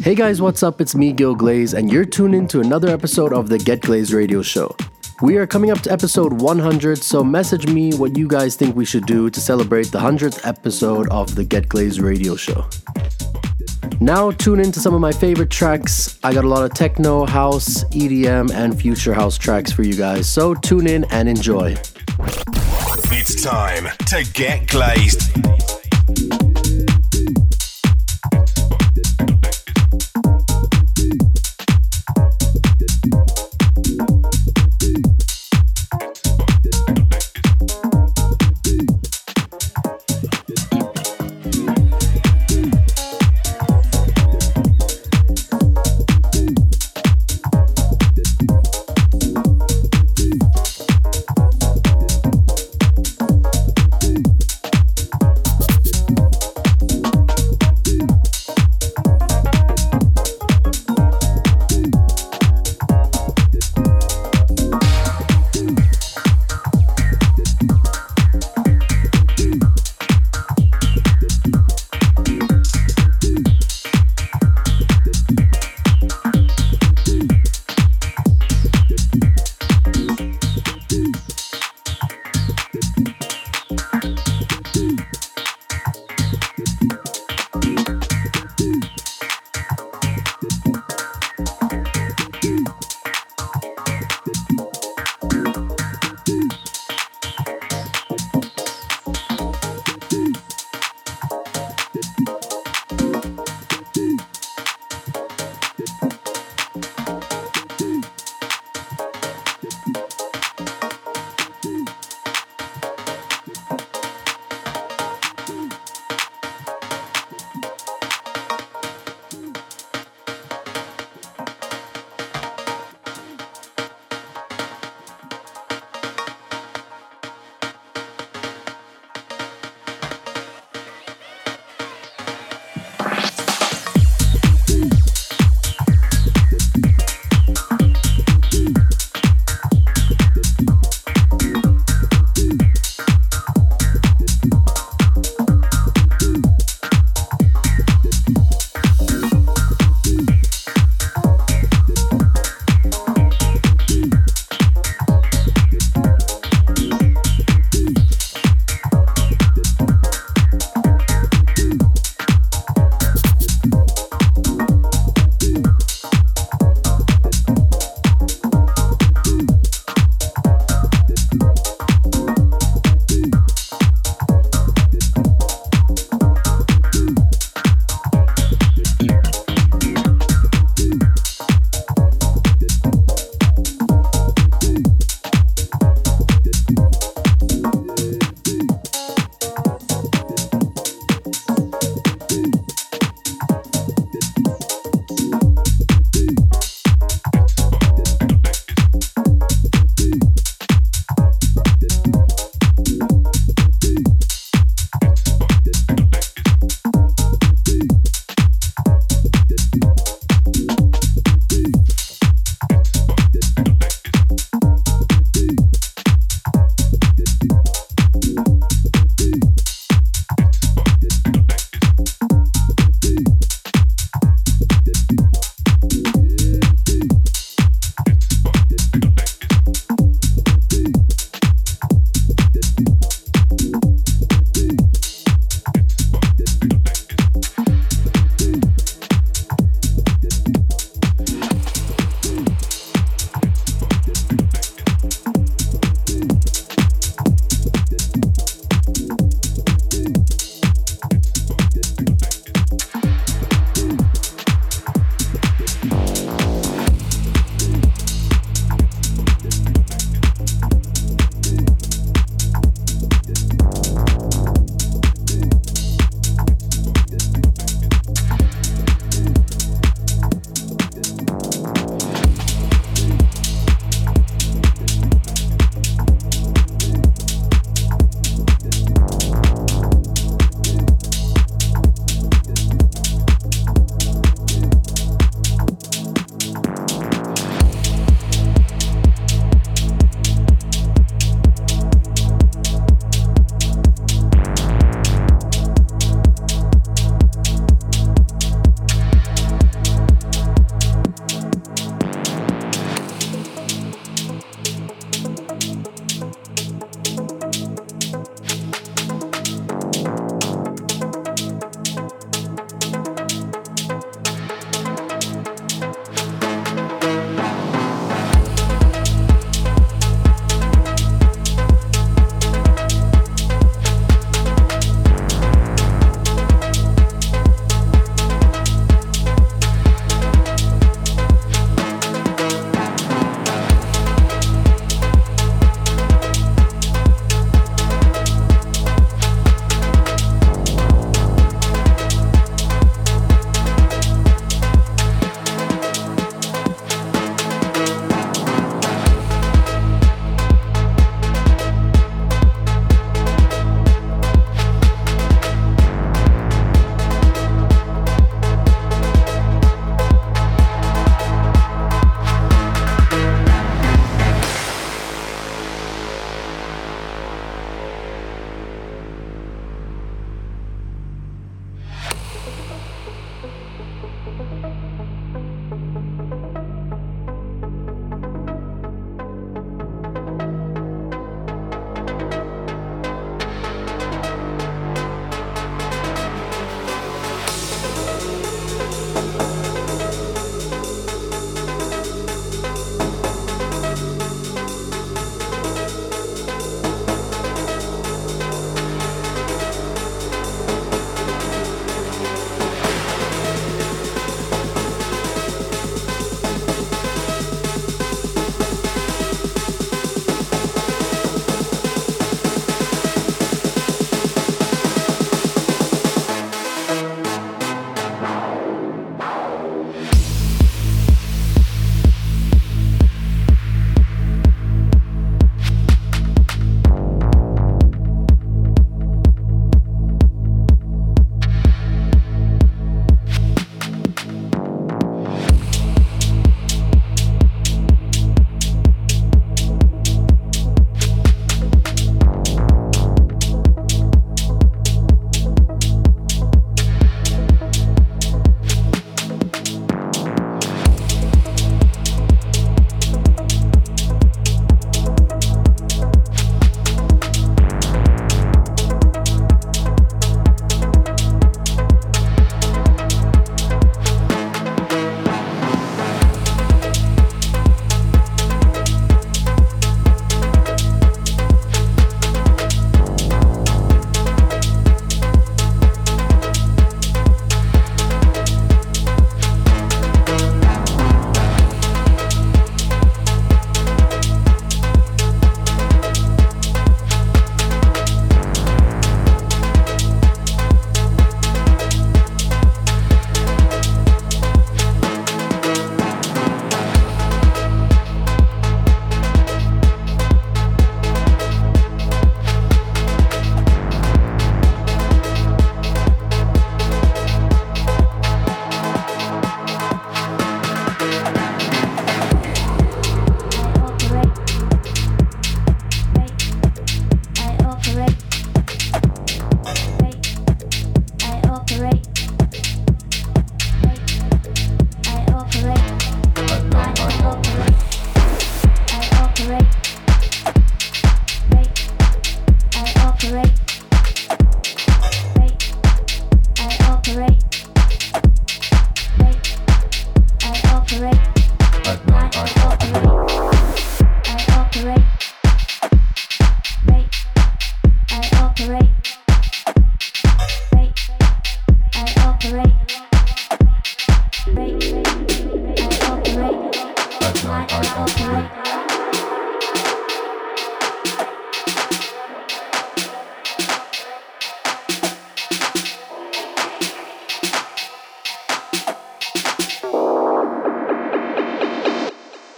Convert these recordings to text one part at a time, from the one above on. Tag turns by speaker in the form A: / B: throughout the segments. A: Hey guys, what's up? It's me, Gil Glaze, and you're tuned in to another episode of the Get Glaze Radio Show. We are coming up to episode 100, so message me what you guys think we should do to celebrate the 100th episode of the Get Glaze Radio Show. Now, tune in to some of my favorite tracks. I got a lot of techno, house, EDM, and future house tracks for you guys, so tune in and enjoy.
B: It's time to get glazed.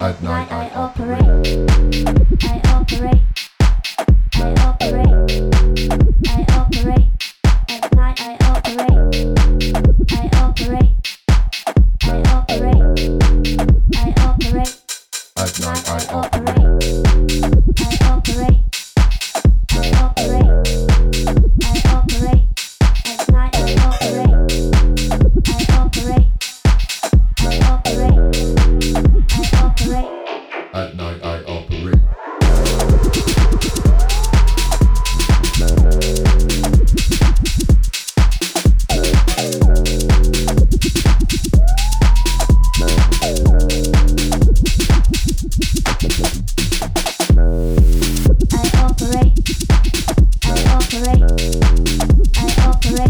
C: At night I operate. I operate. I operate. I operate. At night I operate. I operate. I operate. I operate. At night I operate. I operate. I operate. I operate. At night I operate. I operate. I operate. I operate.
D: At night I operate.
C: I operate. I operate. I operate. At night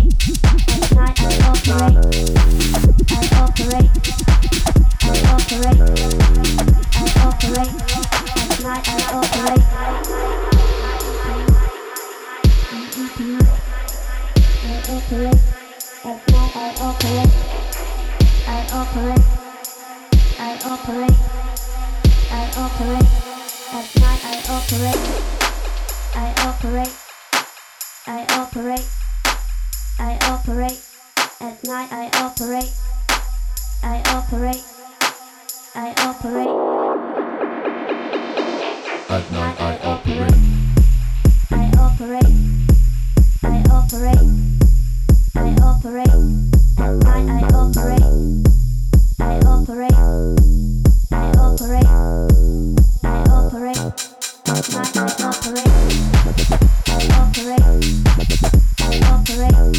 C: I operate. I operate. I operate. I operate. At night I operate. I operate. At night I operate. I operate. I operate. I operate. At night I operate. I operate. I operate. I operate. At night I operate. I operate. I operate.
D: At night I
C: I
D: operate.
C: I operate. I operate. I operate. At night I operate. I operate. I operate. I operate. At night I operate. I operate. I operate. I operate. At night I operate. I operate. I operate.
D: I operate.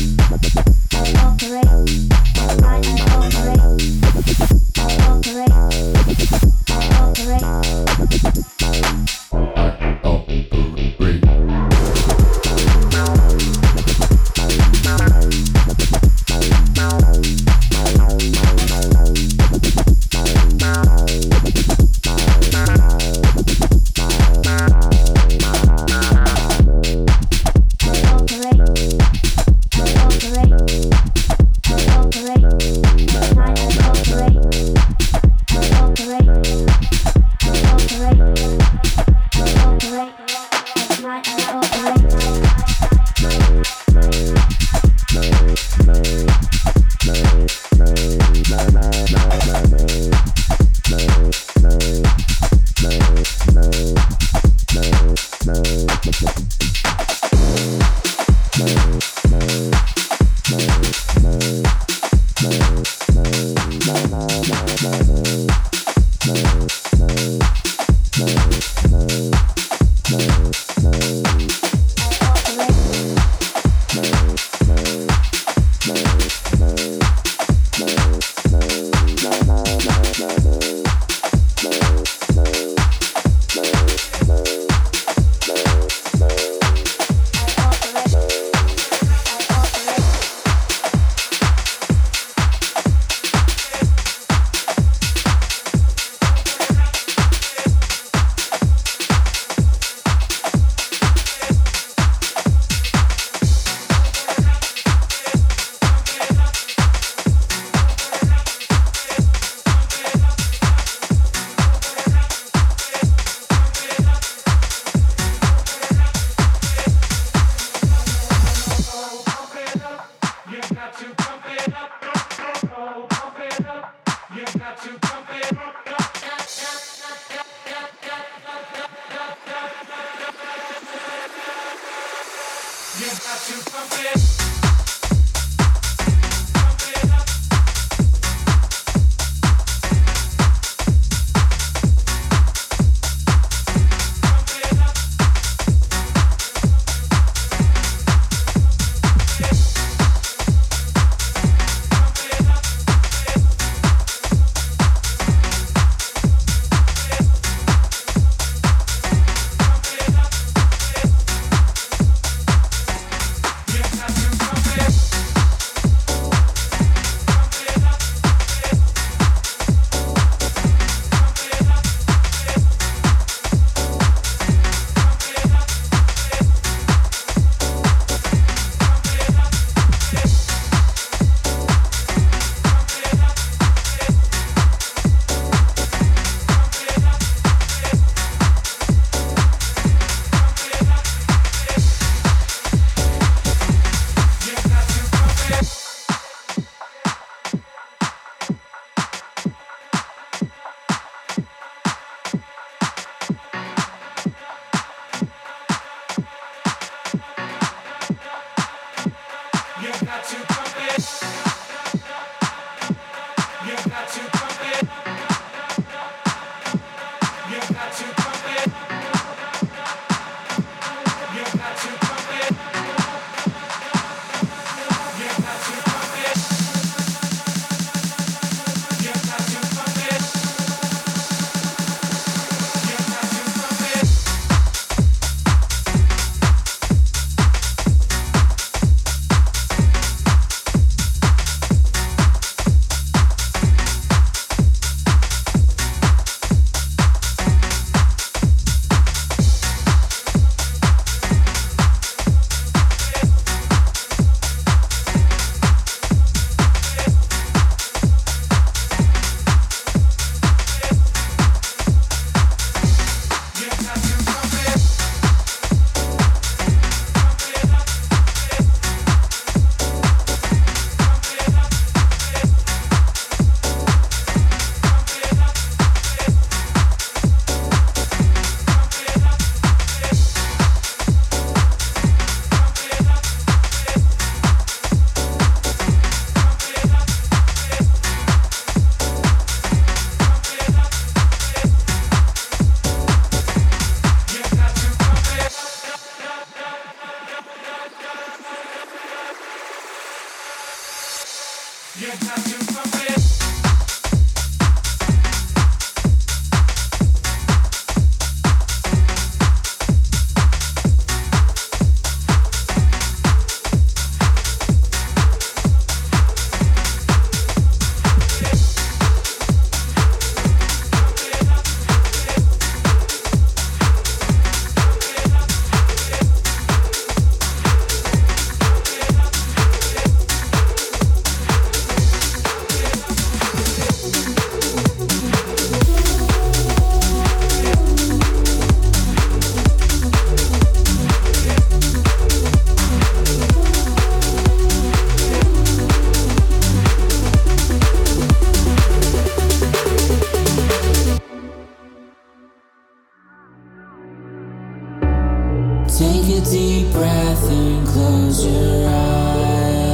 E: breath and close your eyes.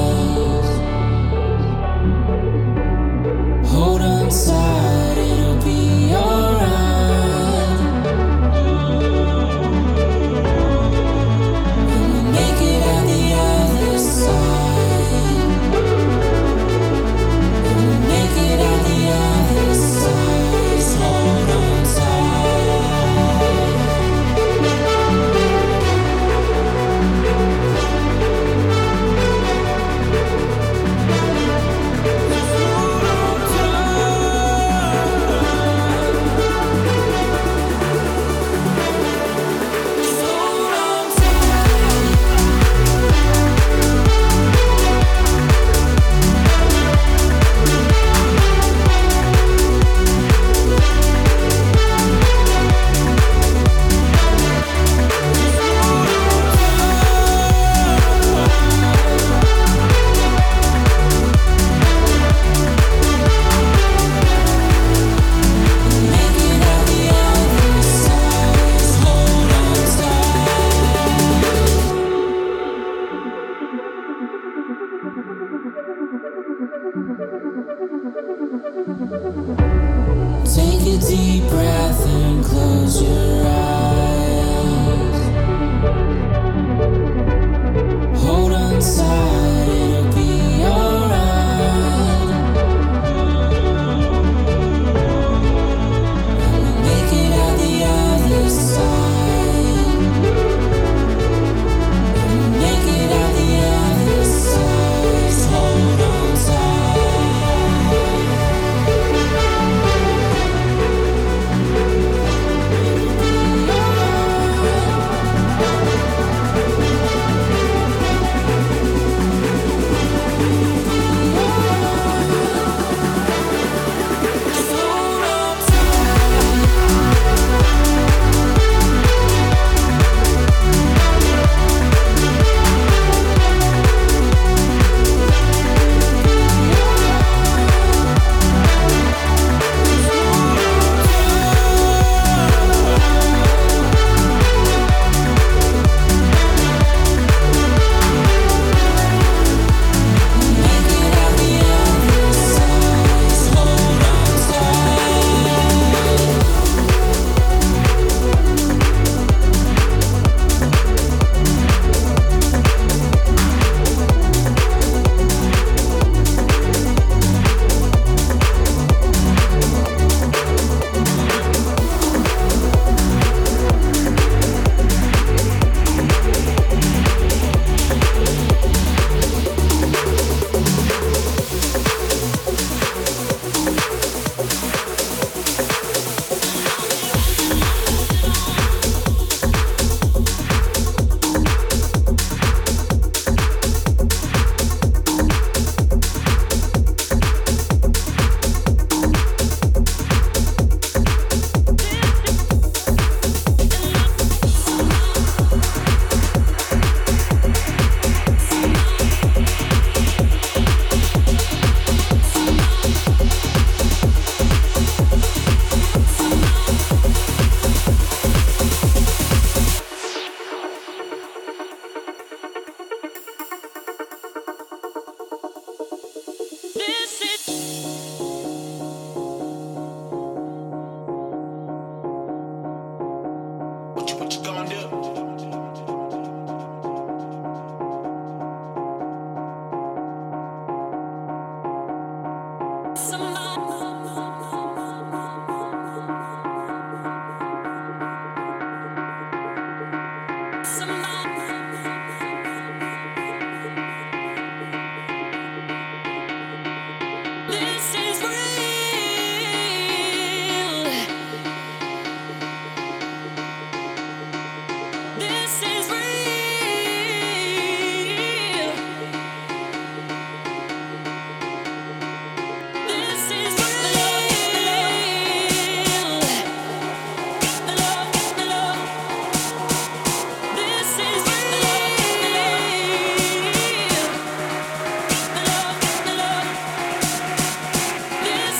E: Hold on tight, it'll be alright. And we'll make it out the other side. And we'll make it out the other side. Just Hold on tight. Take a deep breath and close your eyes. Hold on tight, it'll be alright. And we'll make it out the other side. And we'll make it out the other side. Just Hold on tight.
F: This is
G: What you, what you gonna do?
F: This is real. This is real. This is real. Got the love, got the love. This is real. Got the love, got the love. This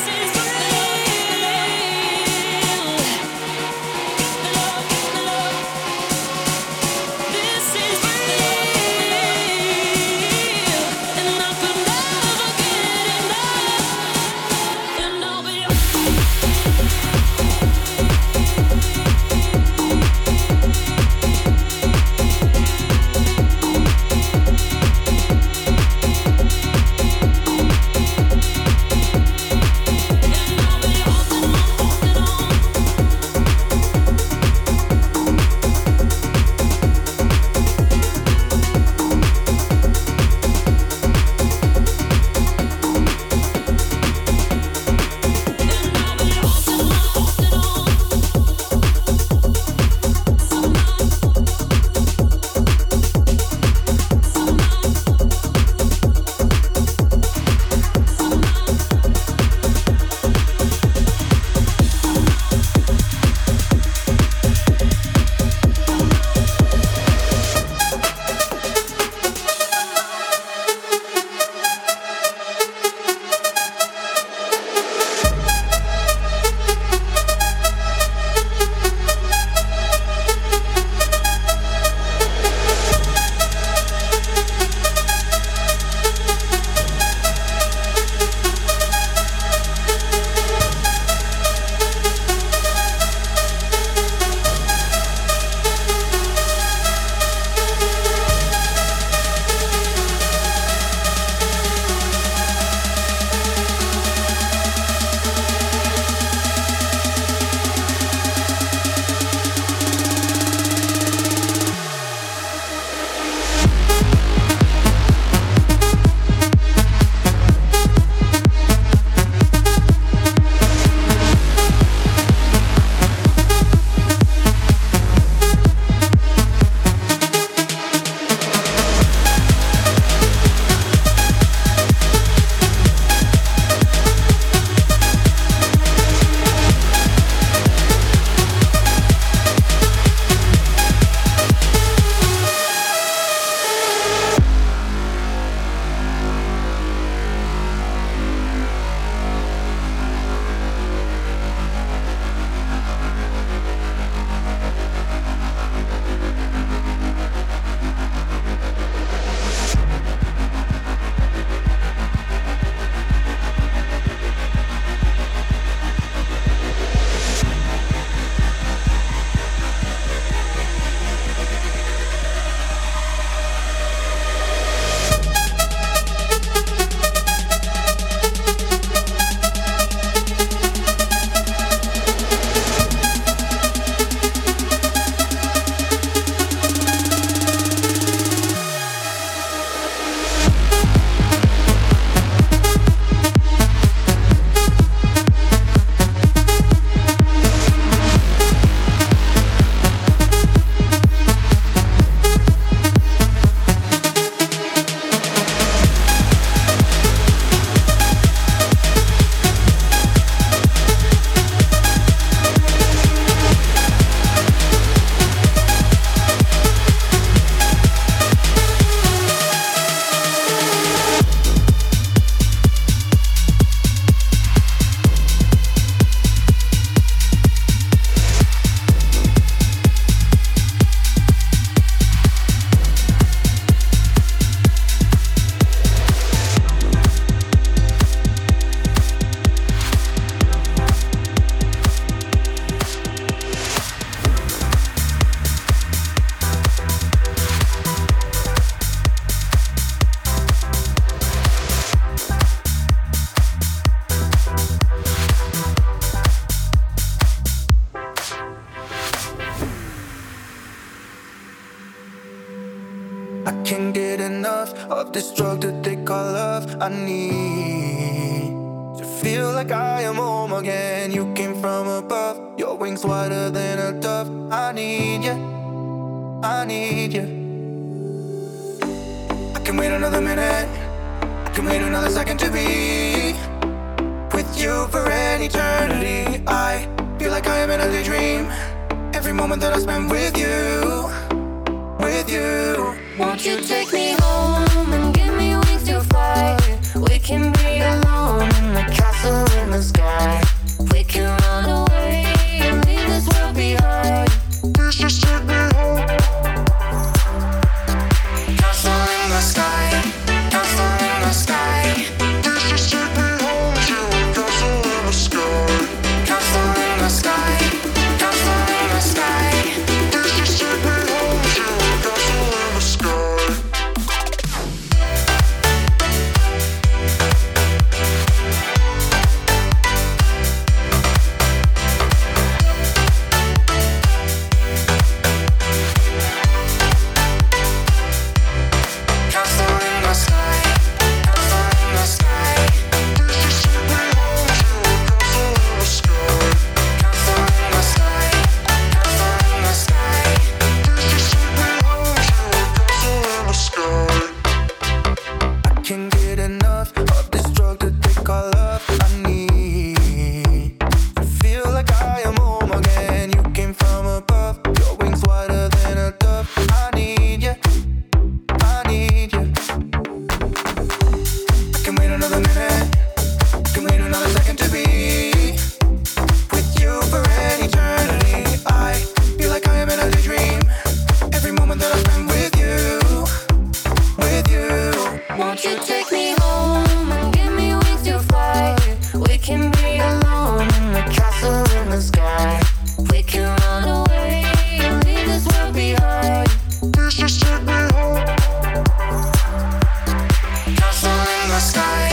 H: this drug that they call love. I need to feel like I am home again. You came from above, your wings wider than a dove. I need you, I need you. I can wait another minute, I can wait another second to be with you for an eternity. I feel like I am in a daydream. Every moment that I spend with you, with you.
I: Won't you take me home and give me wings to fly? We can be alone in the castle in the sky. We can run away and leave this world behind.
H: Please just take me home. Castle in the sky, castle in the sky. Please just take me home to a castle in the sky. Castle in the sky, castle in the sky. Please just take me home to a castle in the sky. Castle in the sky, castle in the sky. Please just take me home to a castle in the sky. Castle in the sky, castle in the sky. Please just take me home to a castle in the sky. I can't get enough of this drug that they call love. I need to feel like I am home again. You came from above, your wings wider than a dove. I need you, I need you. I can wait another minute, I can wait another second to be with you for an eternity. I feel like I am in a daydream. Every moment that I spend with you, with you.
I: Won't you take me home and give me wings to fly? We can be alone in the castle in the sky. We can run away and leave this world behind.
H: Please just take me home. Castle in the sky,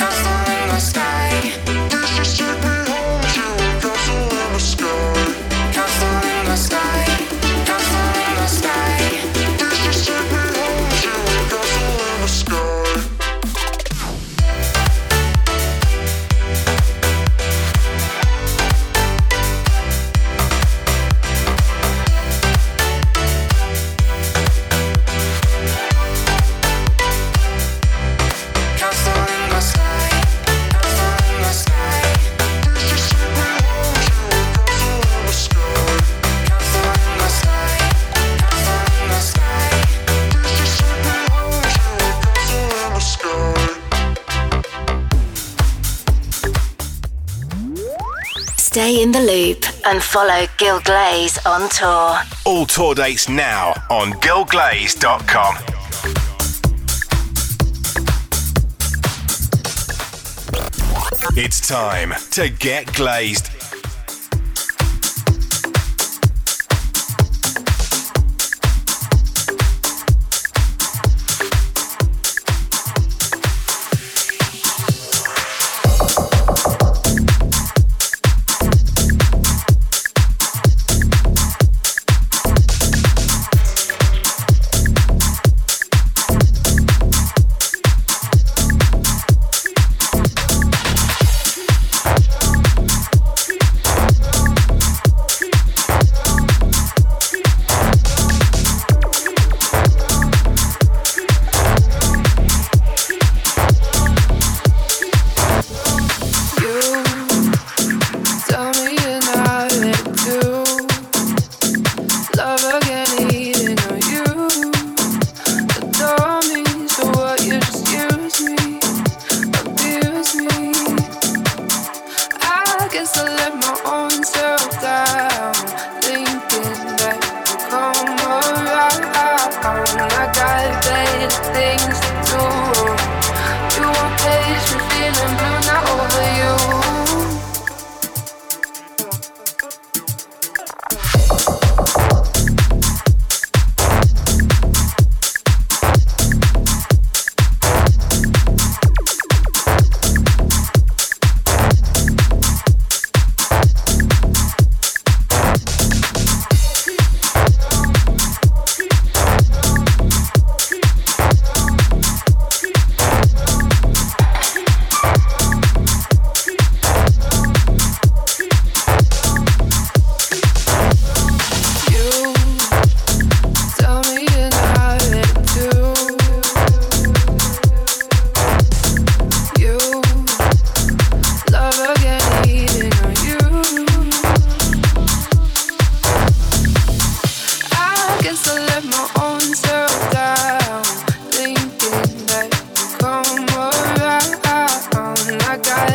H: castle in the sky. Please just take me home to a castle in the sky. Castle in the sky, castle in the sky. Please just take me home to a castle in the sky. Castle in the sky, castle in the sky. Please just take me home to a castle in the sky. Castle in the sky, castle in the sky. Please just take me home to a castle in the sky.
J: Stay in the loop and follow Gil Glaze on tour.
B: All tour dates now on girlglaze.com. It's time to get glazed.
I: Thank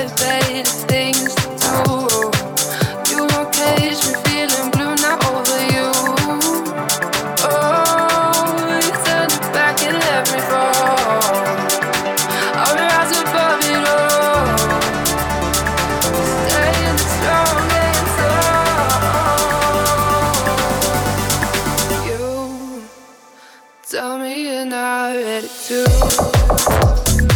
I: things to do. You won't catch me feeling blue now over you. Oh, you turn it back and let me fall. I'll rise above it all. Staying strong and tall. You tell me you're not ready to.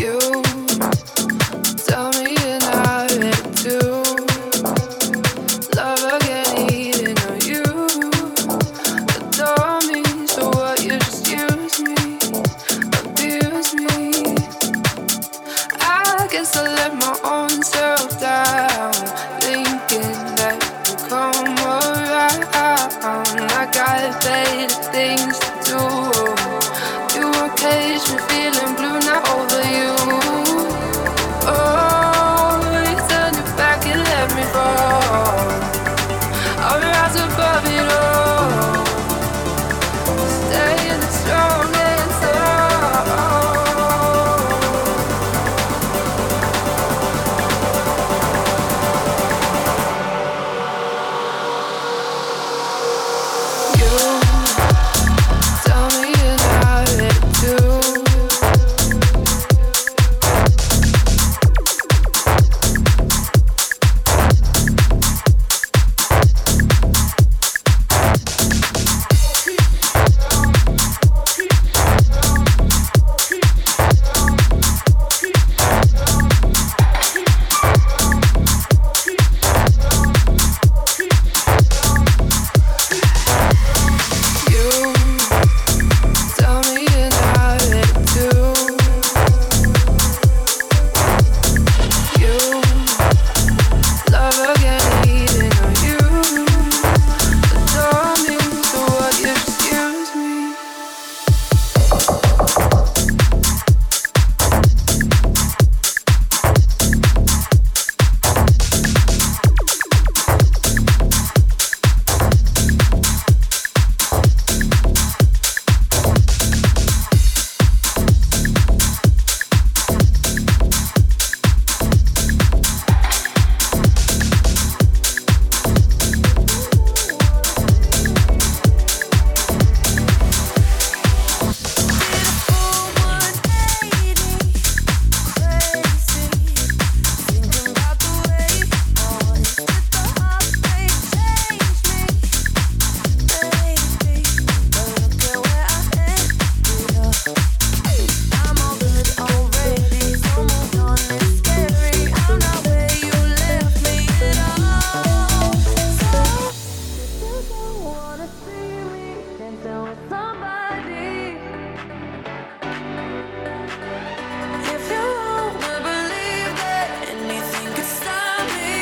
I: You tell me you're not ready to love again, eating on you. Adore me, so what? You just use me, abuse me. I guess I let my own self down, thinking that you'll come around. I got better things to do. You won't cage me feeling blue now over you. Oh, you turned your back and let me fall. I'll rise above it all. Staying strong and tall. You tell me you're not ready to You tell me you're not ready to You love again, eating on you. Adore me, so what? You excuse me.
K: Somebody if you wanna believe that anything could stop me,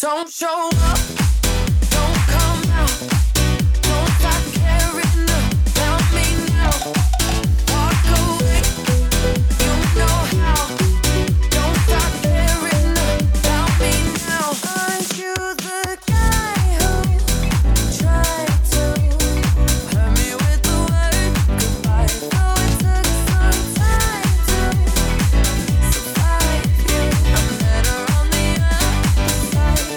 K: don't show up, don't come out, don't stop caring about me now. Walk away, you know how. Don't stop caring about me now. Aren't you the guy who tried to? Hurt me with the word goodbye. Though it took some time to survive you, I'm better on the other side.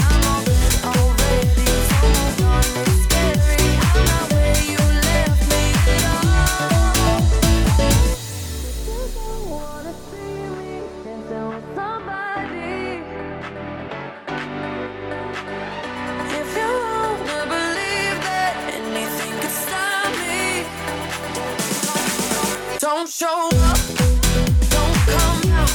K: I'm all good already. So moved on, it's scary. I'm not where you left me at all. If you don't wanna see me dancing with somebody. If you wanna believe that anything could stop me, don't show up, don't come out,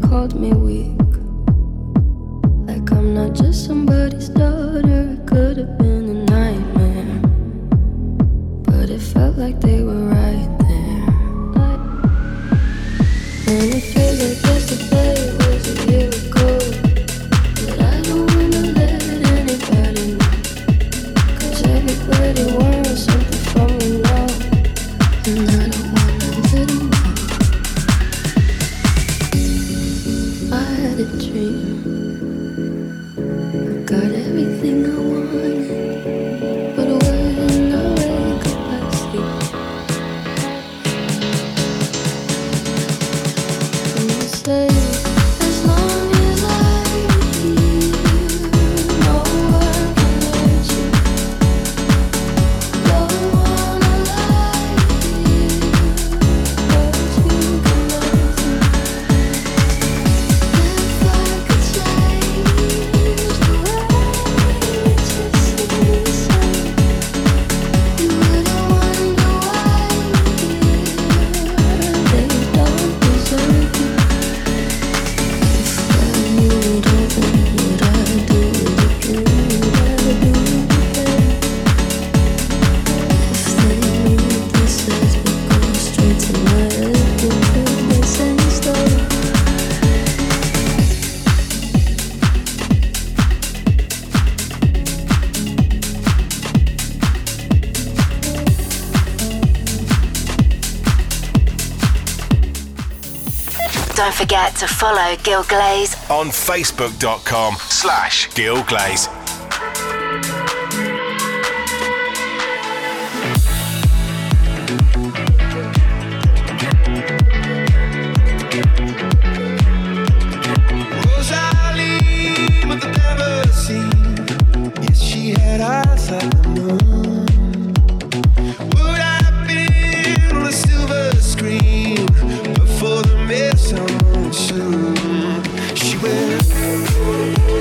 I: called me weak. Like I'm not just somebody's daughter. It could have been a nightmare. But it felt like they were right there. I, and it feels like yesterday was a year ago. But I don't wanna let anybody know. 'Cause everybody wants something from me now. And I don't wanna let 'em know. I had a dream. I got everything I wanted. But when I wake up, I see. And you say, as long as I'm here, no one can hurt you. No one alive here, but you can love me. If I could change the way it just seems you wouldn't wonder why They don't deserve you. If I knew it often, would I do it again? Would I do it again? If they knew this as we go straight to my head, would they make sense though?
J: Don't forget to follow Gil Glaze
B: on facebook.com slash Gil Glaze.
H: Rosalie, mother never seen. Yes, she had eyes like the moon. Would I have been on a silver screen before the miss I won't soon? She went.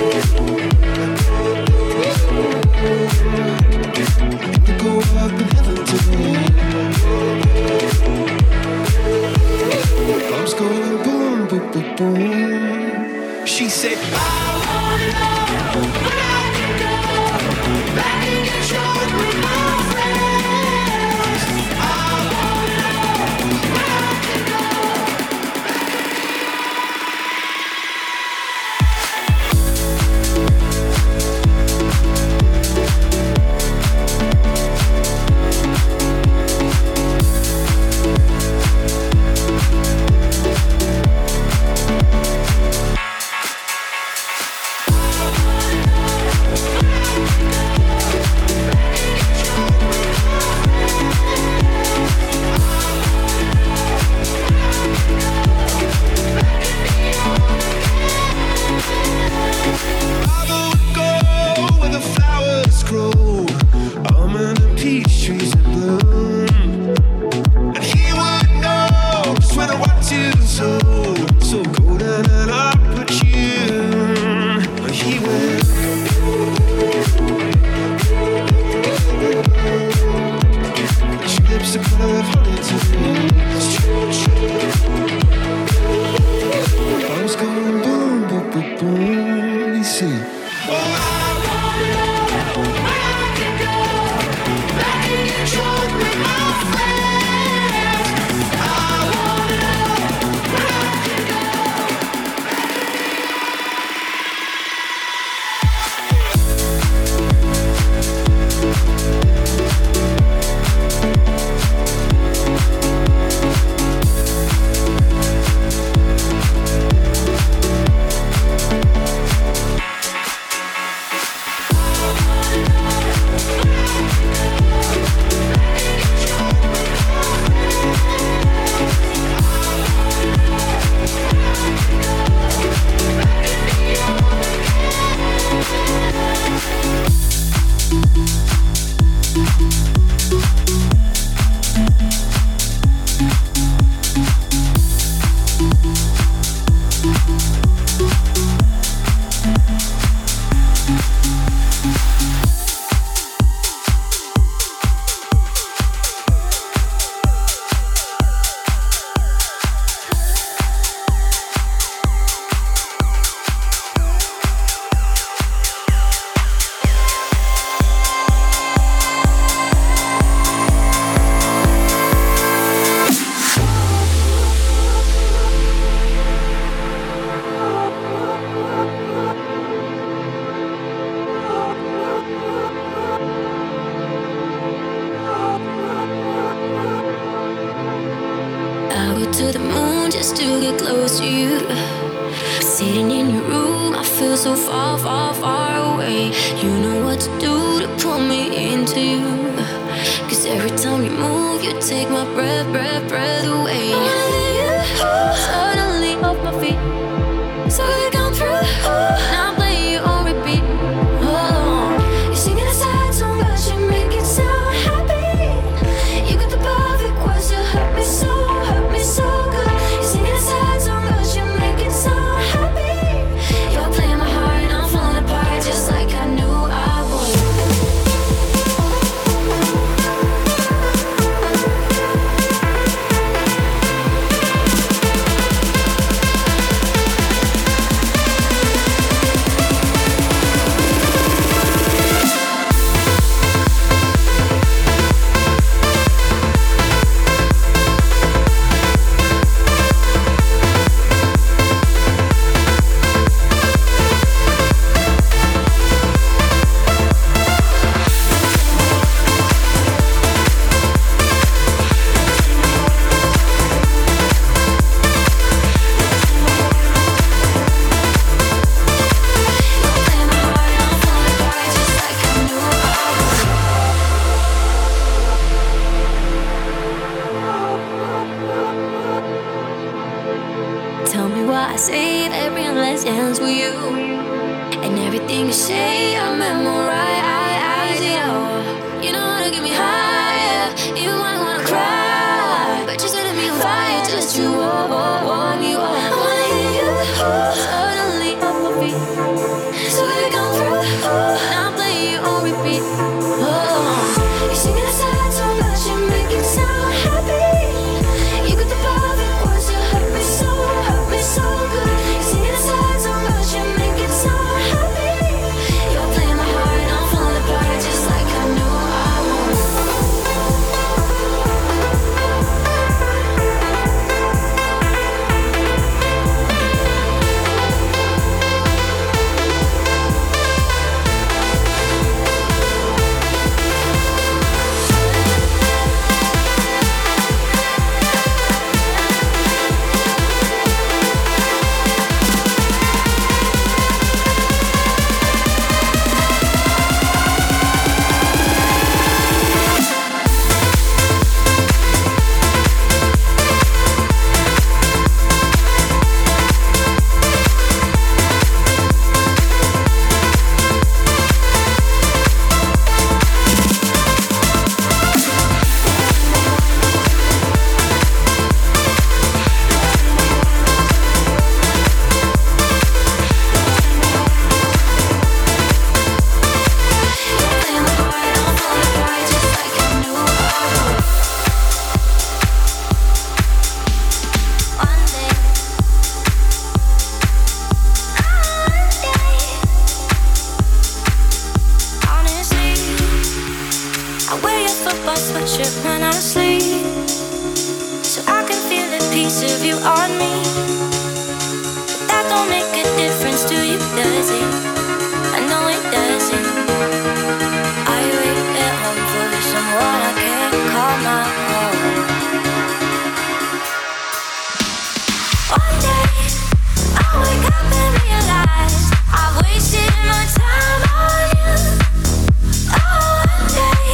H: To go up in heaven today. Bombs going boom, boom, boom, boom. She said, I wanna know when I can go back and get drunk with my friends. I wanna know when I can go back and He went She lips the color of honey to me. I was going boom, boom, boom, boom. You see. Oh, I wanna know where I can go. Back and get drunk with my friends. I wanna know where I can
I: get close to you. Sitting in your room, I feel so far, far, far away. You know what to do to pull me into you. Cause every time you move, you take my breath, breath, breath away. Only you, suddenly off my feet. So you come through, now play you on repeat. Oh, you sing a sad song, but you make it sound happy. You got the perfect words, you hurt me so, hurt me so good. You sing a sad song, but you make it sound happy. You're playing my heart, and I'm falling apart just like I knew I would. You're playing my heart, and I'm falling apart just like I knew I would. Tell me why I save every last dance with you. And everything you say, I memorize. You You don't wanna get me higher, you wanna wanna cry. But you're setting me on fire just to warm, warm, warm you up. I wanna hear you suddenly on my feet. So baby, come through, now I'm playing you on repeat. Oh, you singing a sad song, but you make it sound happy. You got the perfect words, you hurt me so, hurt me so good. You singing a sad song, but you make it sound happy. You're playing my heart, and I'm falling apart just like I knew I would. You're playing my heart, and I'm falling apart just like I knew I would. One day, one day. Honestly, I wear your football sweatshirt when I'm asleep, so I can feel the piece of you on me. But that don't make a difference to you, does it? I know it doesn't. I wait at home for someone I can't call my own. One day, I wake up and realize I've wasted my time on you. Oh, one day,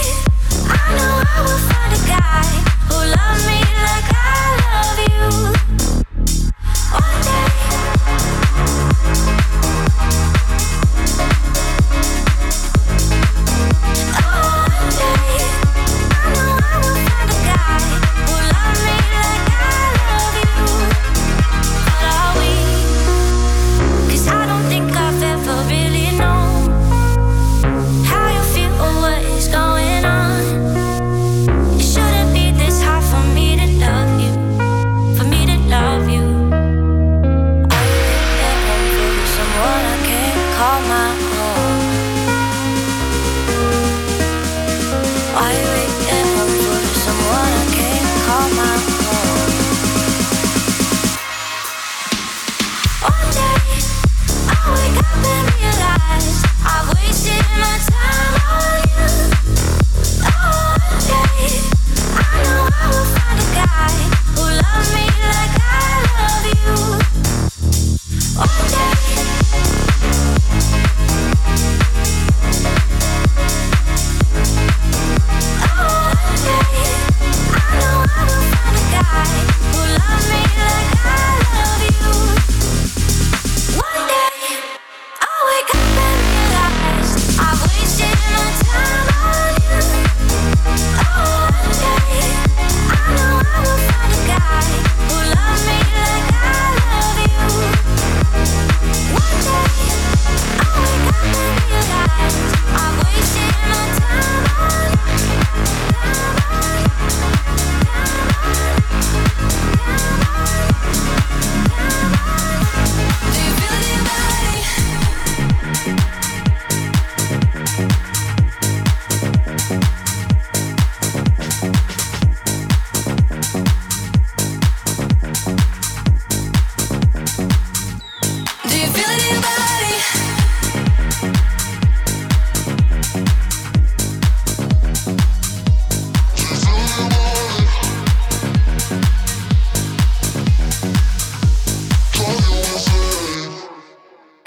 I: I know I will find a guy who loves me like I love you. One day. Oh, one day, I know I will find a guy who loves me like I love you. What are we? 'Cause I don't think I've ever really known how you feel or what is going on. It shouldn't be this hard for me to love you.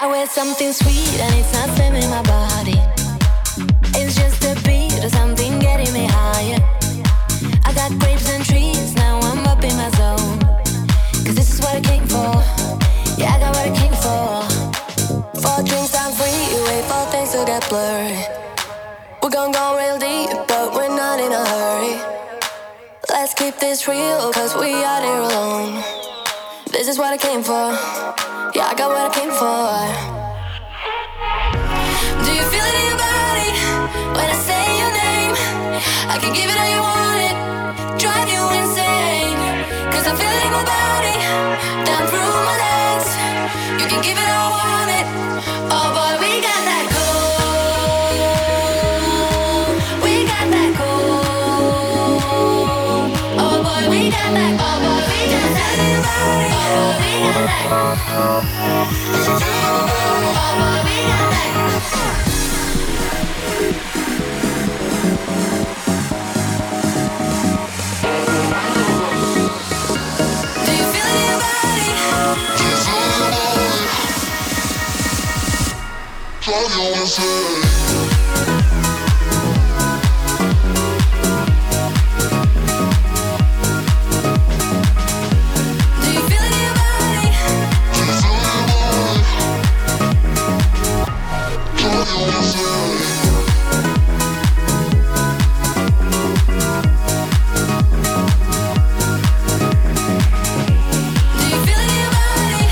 C: Oh, something sweet and it's not stemming my body. It's just a beat or something getting me higher. I got grapes and trees, now I'm up in my zone. Cause this is what I came for. Yeah, I got what I came for. Four drinks, I'm free, you wait for things to get blurry. We're gonna go real deep, but we're not in a hurry. Let's keep this real, cause we are here alone. This is what I came for. Yeah, I got what I came for. Do you feel it in your body when I say your name? I can give it all you want it, drive you insane. Cause I feel it in my body, down through my legs. You can give it all I want it. Oh boy, we got that cold. We got that cold. Oh boy, we got that. Oh boy, we got that. Oh boy, we got that. Oh boy, we got that. Do you feel it in your body? Do you feel it in your body? Do you feel it in your body?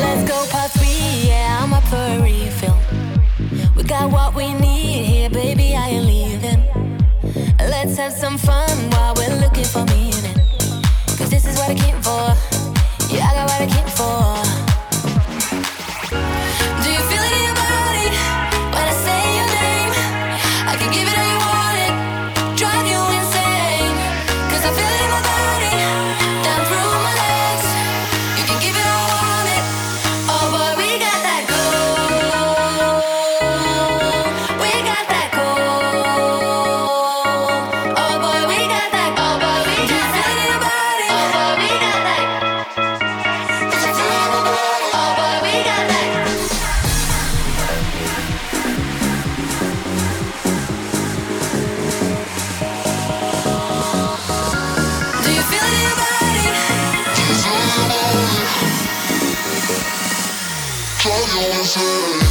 C: Let's go part three, yeah, I'm up for a refill. We got what we need here, baby, I ain't leaving. Let's have some fun while we're looking for meaning. Cause this is what I came for. Yeah, I got what I came for. Do you feel it in your body when I say your name? I can give it all you want it, drive you insane. 'Cause I feel it in my body, down through my legs. You can give it all I want it. Oh boy, we got that gold. We got that gold. Oh boy, we got that. Oh boy, we got that. Feel it in your body. Oh boy, we got that. Oh boy, we got that. Do you feel it in your body?
H: Try your insane.
I: Oh,
C: Oh, Oh, Oh,